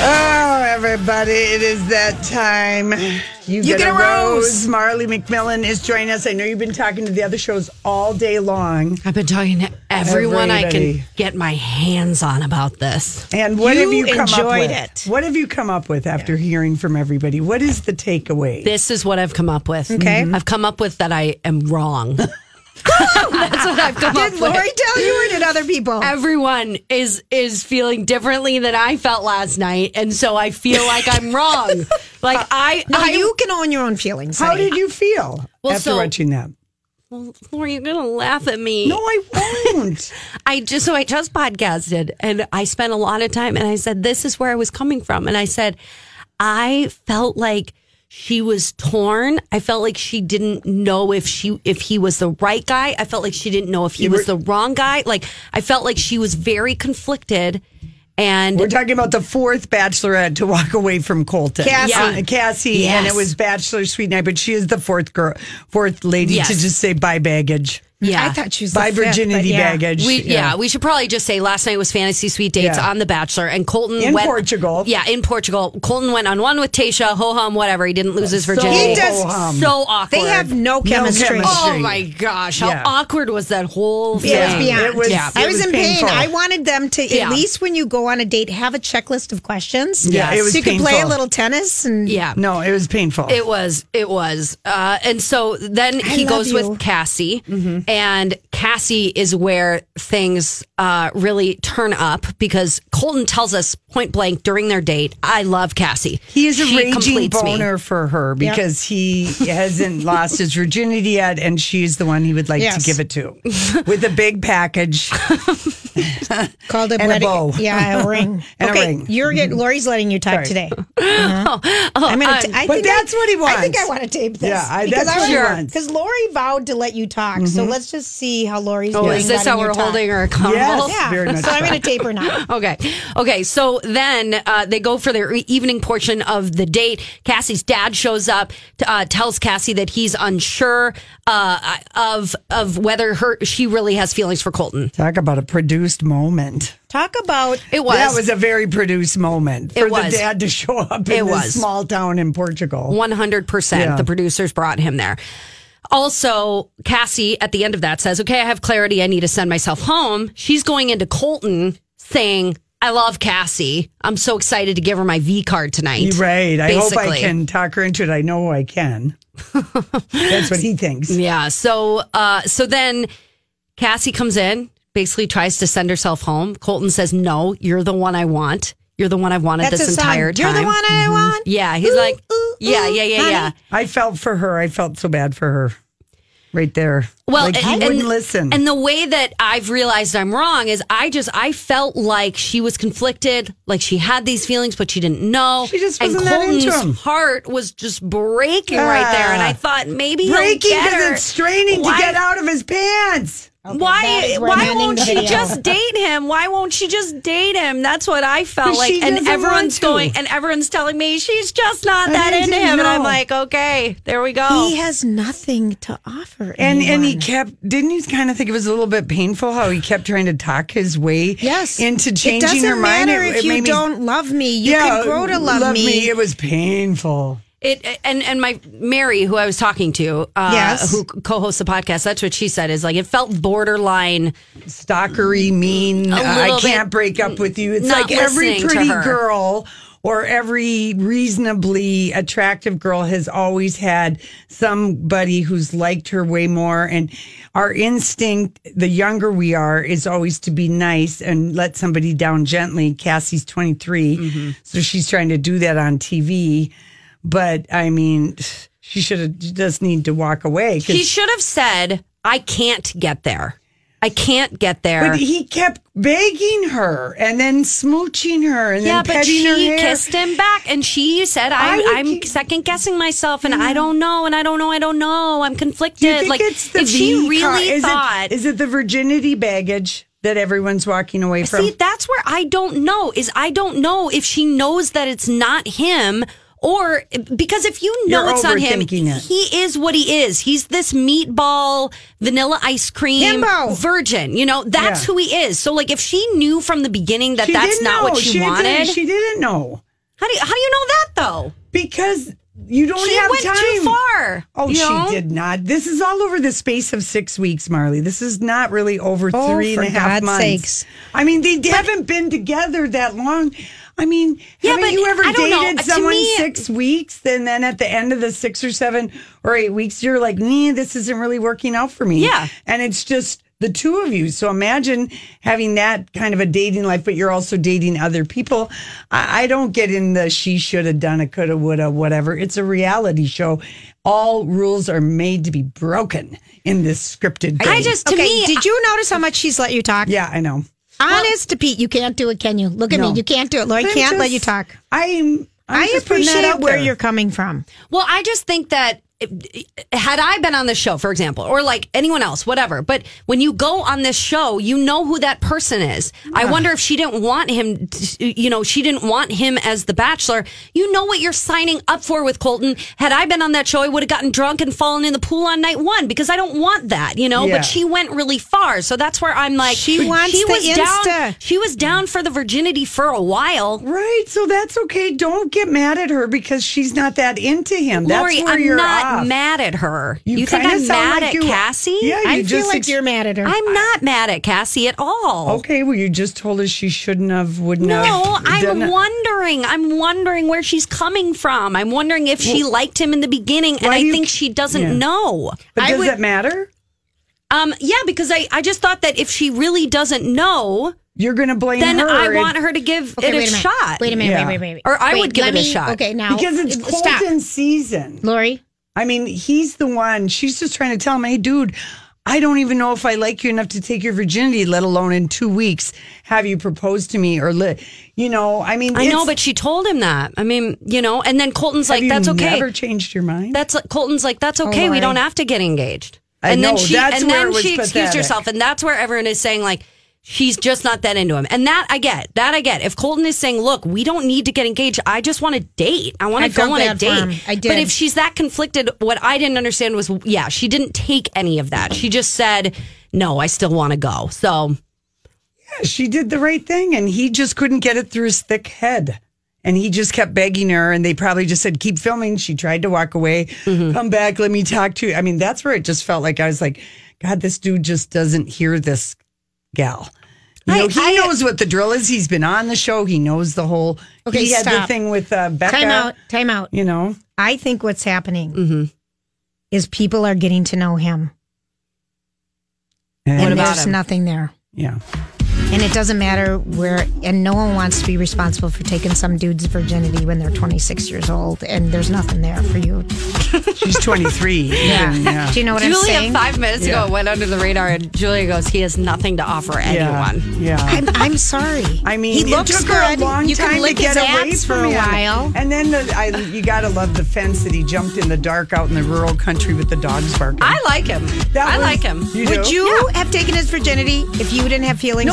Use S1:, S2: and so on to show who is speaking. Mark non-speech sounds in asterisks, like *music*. S1: Oh, everybody. It is that time. You, get, a, rose. Marley McMillan is joining us. I know you've been talking to the other shows all day long.
S2: I've been talking to everyone I
S1: Everybody.
S2: can get my hands on about this.
S1: And what
S3: You
S1: have you come up
S3: enjoyed
S1: with?
S3: it.
S1: What have you come up with after hearing from everybody? What is the takeaway?
S2: This is what I've come up with. Mm-hmm.
S3: Okay.
S2: I've come up with that I am wrong. *laughs* That's what I've come up with.
S3: Did Lori tell you or did other people?
S2: everyone is is feeling differently than I felt last night, and so I feel like I'm
S3: *laughs*
S2: wrong. Like I,
S3: No,
S2: I
S3: you can own your own feelings.
S1: How
S3: honey.
S1: did you feel
S2: Well,
S1: after
S2: so-
S1: watching that?
S2: Lori, you're gonna laugh at me.
S1: No, I *laughs* won't.
S2: I just so I just podcasted, and I spent a lot of time, and I said this is where I was coming from, and I said I felt like she was torn. I felt like she didn't know if she if he was the right guy. I felt like she didn't know if he was the wrong guy. Like I felt like she was very conflicted, and
S1: We're talking about the fourth bachelorette to walk away from Colton.
S3: Cassie.
S2: Yeah.
S1: Cassie, and
S2: Yes.
S1: it was Bachelor Sweet Night, but she is the fourth girl, fourth lady
S2: Yes.
S1: to just say bye baggage,
S2: yeah,
S3: I thought she was
S1: bye
S3: the fifth, but
S1: virginity
S3: yeah.
S1: baggage.
S2: We, yeah. we should probably just say last night was fantasy suite dates
S1: Yeah.
S2: on The Bachelor, and Colton
S1: In
S2: went,
S1: Portugal.
S2: Yeah, in Portugal, Colton went on one with Tasha, ho hum, whatever. He didn't lose his virginity.
S3: He does-
S1: ho-hum.
S2: so awkward.
S3: They have no chemistry.
S1: chemistry.
S2: Oh my gosh, how
S1: Yeah.
S2: awkward was that whole thing?
S3: It was beyond.
S1: It was-
S2: Yeah.
S3: I
S1: it
S3: was,
S1: was
S3: in pain.
S1: painful.
S3: I wanted them to
S2: Yeah.
S3: at least when you go on a date have a checklist of questions.
S1: Yeah, it was
S3: so you could play a
S1: painful.
S3: little tennis and
S2: Yeah.
S1: No, it was painful.
S2: It was. It was. Uh, and so then he
S3: love
S2: goes
S3: you.
S2: with Cassie,
S1: Mm-hmm.
S2: and Cassie is where things uh, really turn up because Colton tells us point blank during their date, "I love Cassie.
S1: he is a
S2: She
S1: raging
S2: completes me."
S1: boner for her because he hasn't *laughs* lost his virginity yet, and she's the one he would like
S3: Yes.
S1: to give it
S2: *laughs*
S1: to with a big package.
S3: called a
S1: And a
S3: wedding.
S1: bow. *laughs*
S3: Yeah, a ring.
S1: And a
S3: okay,
S1: ring. Mm-hmm.
S3: You're get, Lori's letting you talk
S1: Sorry. *laughs*
S3: today. Uh-huh. I'm gonna. t- I
S1: oh, uh, But
S3: think
S1: that's
S3: I,
S1: what he
S3: I think I
S1: wants.
S3: want to tape this.
S1: Yeah, I- that's what he wants. Mm-hmm.
S3: Because Lori vowed to let you talk, so let's just see how Lori's.
S2: Oh,
S3: doing
S2: is this
S3: letting
S2: how
S3: you
S2: we're
S3: talk.
S2: holding her accountable?
S1: Yes.
S3: Yeah,
S1: Very much
S3: so I'm
S1: so.
S3: going to tape
S1: *laughs*
S3: her now.
S2: *laughs* Okay. Okay. So then uh, they go for their evening portion of the date. Cassie's dad shows up, t- uh, tells Cassie that he's unsure uh, of of whether her she really has feelings for Colton.
S1: Talk about a produced moment.
S3: Talk about
S2: It was,
S1: That was a very produced moment for
S2: It was.
S1: the dad to show up in
S2: It
S1: this
S2: was.
S1: small town in Portugal.
S2: 100%.
S1: Yeah.
S2: The producers brought him there. Also, Cassie at the end of that says, Okay, I have clarity. I need to send myself home. She's going into Colton saying, I love Cassie. I'm so excited to give her my V card tonight.
S1: Right. I hope I
S2: Basically.
S1: can talk her into it. I know I
S3: *laughs*
S1: can. That's what he thinks.
S2: Yeah. So uh so then Cassie comes in, basically tries to send herself home. Colton says, No, you're the one I want. You're the one I've wanted
S3: that's
S2: this
S3: a song.
S2: entire time. Mm-hmm.
S3: You're the one I want.
S2: Yeah. He's
S3: Ooh,
S2: like
S3: ooh,
S2: Yeah, yeah, yeah,
S3: honey.
S2: yeah.
S1: I felt for her. I felt so bad for her. Right there.
S2: Well,
S1: like, he
S2: and,
S1: wouldn't
S2: and-
S1: listen.
S2: And the way that I've realized I'm wrong is I just I felt like she was conflicted, like she had these feelings, but she didn't know.
S1: She just
S2: and
S1: wasn't that
S2: Colton's
S1: into him.
S2: heart was just breaking right there, and I
S1: Ah.
S2: thought maybe he'll
S1: Breaking
S2: get
S1: because
S2: her.
S1: it's straining
S2: Why-
S1: to get out of his pants.
S3: that
S2: Why?
S3: is where I'm
S2: Why
S3: ending
S2: won't
S3: the
S2: she
S3: video.
S2: just date him? Why won't she just date him? That's what I felt
S1: But she
S2: like, and
S1: doesn't want
S2: everyone's
S1: to.
S2: going, and everyone's telling me she's just not
S1: I
S2: that
S1: didn't
S2: into him, and I'm
S1: know.
S2: like, okay, there we go.
S3: He has nothing to offer.
S1: And and he
S3: anyone.
S1: kept didn't you kind of think it was a little bit painful how he kept trying to talk his way
S3: yes
S1: into
S3: It
S1: changing
S3: doesn't
S1: her mind?
S3: matter
S1: It-
S3: if
S1: it
S3: you
S1: made me-
S3: don't love me. You can grow to love, me.
S1: It was painful.
S2: It and and my Mary, who I was talking to, uh,
S3: Yes.
S2: who co-hosts the podcast, that's what she said is like it felt borderline.
S1: stalkery, mean. I
S2: Mm. little
S1: can't
S2: bit
S1: break up with you. It's
S2: not
S1: like every
S2: listening to
S1: pretty
S2: her.
S1: girl or every reasonably attractive girl has always had somebody who's liked her way more. And our instinct, the younger we are, is always to be nice and let somebody down gently. Cassie's 23,
S2: Mm-hmm.
S1: so she's trying to do that on TV. But I mean, she should have she does need to walk away. 'cause
S2: He should have said, "I can't get there. I can't get there."
S1: But he kept begging her and then smooching her and then
S2: yeah, but
S1: petting her
S2: she
S1: hair.
S2: kissed him back, and she said,
S1: I
S2: "I'm,
S1: would
S2: I'm
S1: keep-
S2: second guessing myself, and I don't know, and I don't know, I don't know. I'm conflicted."
S1: Do you think
S2: like
S1: it's the
S2: if she
S1: V car-
S2: really
S1: is
S2: thought.
S1: it, is it the virginity baggage that everyone's walking away from?
S2: See, that's where I don't know is I don't know if she knows that it's not him or because if you know
S1: You're
S2: it's not him,
S1: overthinking it.
S2: he is what he is. He's this meatball, vanilla ice cream,
S3: Himbo.
S2: virgin. You know, that's
S1: Yeah.
S2: who he is. So, like, if she knew from the beginning that that's
S1: didn't
S2: not
S1: know.
S2: what she,
S1: didn't-
S2: wanted,
S1: she didn't know.
S2: How do you, how do you know that though?
S1: because you don't
S2: She
S1: have
S2: went
S1: time.
S2: too far.
S1: Oh,
S2: you
S1: she
S2: know?
S1: did not. This is all over the space of six weeks, Marley. This is not really over
S3: Oh,
S1: three and
S3: for
S1: a half
S3: God's
S1: months.
S3: sakes.
S1: I mean, they haven't been together that long. I mean,
S2: Yeah,
S1: haven't
S2: but
S1: you ever
S2: I don't know.
S1: dated
S2: To
S1: someone
S2: me-
S1: six weeks and then at the end of the six or seven or eight weeks, you're like, nah, this isn't really working out for me.
S2: Yeah.
S1: And it's just the two of you. So imagine having that kind of a dating life, but you're also dating other people. I, I don't get in the she should have done it, could have, would have, whatever. It's a reality show. All rules are made to be broken in this scripted.
S2: I
S1: thing.
S2: just to
S3: Okay,
S2: me
S3: did you notice how much she's let you talk?
S1: yeah, I know.
S3: Honest to Pete, you can't do it, can you? Look at
S1: No.
S3: me. You can't do it. Lori
S1: I'm
S3: can't let
S1: just-
S3: you talk.
S1: I'm. I'm
S3: I
S1: just putting that
S3: appreciate
S1: out
S3: where
S1: there.
S3: you're coming from.
S2: Well, I just think that if- had I been on this show, for example, or like anyone else, whatever, but when you go on this show, you know who that person is. I wonder if she didn't want him, to, you know, she didn't want him as the bachelor. You know what you're signing up for with Colton. Had I been on that show, I would have gotten drunk and fallen in the pool on night one because I don't want that, you know,
S1: Yeah.
S2: but she went really far. So that's where I'm like,
S3: She wants the
S2: down,
S3: Insta.
S2: she was down for the virginity for a while.
S1: Right, so that's okay. Don't get mad at her because she's not that into him. That's
S2: Lori,
S1: where
S2: I'm
S1: you're
S2: not
S1: off.
S2: mad at her. You, think
S1: kinda
S2: I'm
S1: sound
S2: mad
S1: like
S2: at
S1: you-
S2: Cassie?
S1: Yeah, you
S3: I feel
S1: just
S3: like
S1: ex-
S3: you're mad at her.
S2: I'm not mad at Cassie at all.
S1: Okay, well, you just told us she shouldn't have, wouldn't have.
S2: No,
S1: done
S2: I'm
S1: it.
S2: wondering. I'm wondering where she's coming from. I'm wondering if she liked him in the beginning, and
S1: why
S2: I
S1: do you-
S2: think she doesn't
S1: Yeah.
S2: know.
S1: But
S3: I
S1: does
S3: would-
S1: that matter?
S2: Um, yeah, because I, I just thought that if she really doesn't know,
S1: You're going to blame
S2: then
S1: her.
S2: I
S1: and-
S2: want her to give
S3: Okay,
S2: it
S3: wait
S2: a,
S3: minute.
S2: shot.
S3: Wait a minute.
S1: Yeah.
S3: Wait, wait, wait, wait.
S2: Or I would
S3: Wait,
S2: give
S3: let
S2: it a
S3: me-
S2: shot.
S3: Okay, now
S1: because it's
S3: stop.
S1: Colton season.
S3: Lori,
S1: I mean, he's the one. She's just trying to tell him, hey, dude, I don't even know if I like you enough to take your virginity, let alone in two weeks have you proposed to me or li-. You know, I mean,
S2: I know,
S1: it's-
S2: but she told him that. I mean, you know, and then Colton's
S1: have
S2: like,
S1: you
S2: "That's okay."
S1: Never changed your mind.
S2: That's like, Colton's like, that's okay. we
S3: Lori.
S2: don't have to get engaged.
S1: I
S2: and then
S1: know,
S2: she
S1: that's
S2: and
S1: where
S2: then
S1: it was
S2: she excused
S1: pathetic.
S2: herself, and that's where everyone is saying like she's just not that into him. And that I get. That I get. If Colton is saying, look, we don't need to get engaged. I just want to date. I want
S3: I
S2: to go
S3: felt
S2: on a
S3: bad for him.
S2: date.
S3: I did.
S2: But if she's that conflicted, what I didn't understand was, yeah, she didn't take any of that. She just said, no, I still want to go. So
S1: she did the right thing and he just couldn't get it through his thick head and he just kept begging her and they probably just said keep filming she tried to walk away
S3: Mm-hmm.
S1: come back let me talk to you i mean that's where it just felt like i was like god this dude just doesn't hear this gal you
S2: I-
S1: know, he
S2: I-
S1: knows what the drill is he's been on the show he knows the whole
S3: Okay,
S1: he had the
S3: stop.
S1: thing with uh, becca
S3: time out. Time out.
S1: you know
S3: I think what's happening
S1: Mm-hmm.
S3: is people are getting to know him.
S1: and,
S3: and
S2: about
S3: there's
S2: him?
S3: nothing there.
S1: yeah
S3: And it doesn't matter where, and no one wants to be responsible for taking some dude's virginity when they're 26 years old, and there's nothing there for you.
S1: she's
S3: *laughs*
S1: 23
S3: Yeah.
S1: even, yeah.
S3: Do you know what I'm
S2: Julia
S3: saying?
S2: five minutes
S1: Yeah.
S2: ago went under the radar, and Julia goes, he has nothing to offer
S1: yeah
S2: anyone.
S1: yeah
S3: I'm, I'm sorry.
S1: *laughs* I mean,
S3: he
S1: it
S3: looks
S1: took
S3: good.
S1: her a long
S3: you
S1: time
S3: can lick
S1: to get
S3: his
S1: away
S3: abs for
S1: from
S3: a
S1: him.
S3: while.
S1: And then the, I, you gotta love the fence that he jumped in the dark out in the rural country with the dogs barking.
S2: I like him.
S1: That
S2: I
S1: was-
S2: like him.
S1: You
S3: Would
S1: do?
S3: you have taken his virginity if you didn't have feelings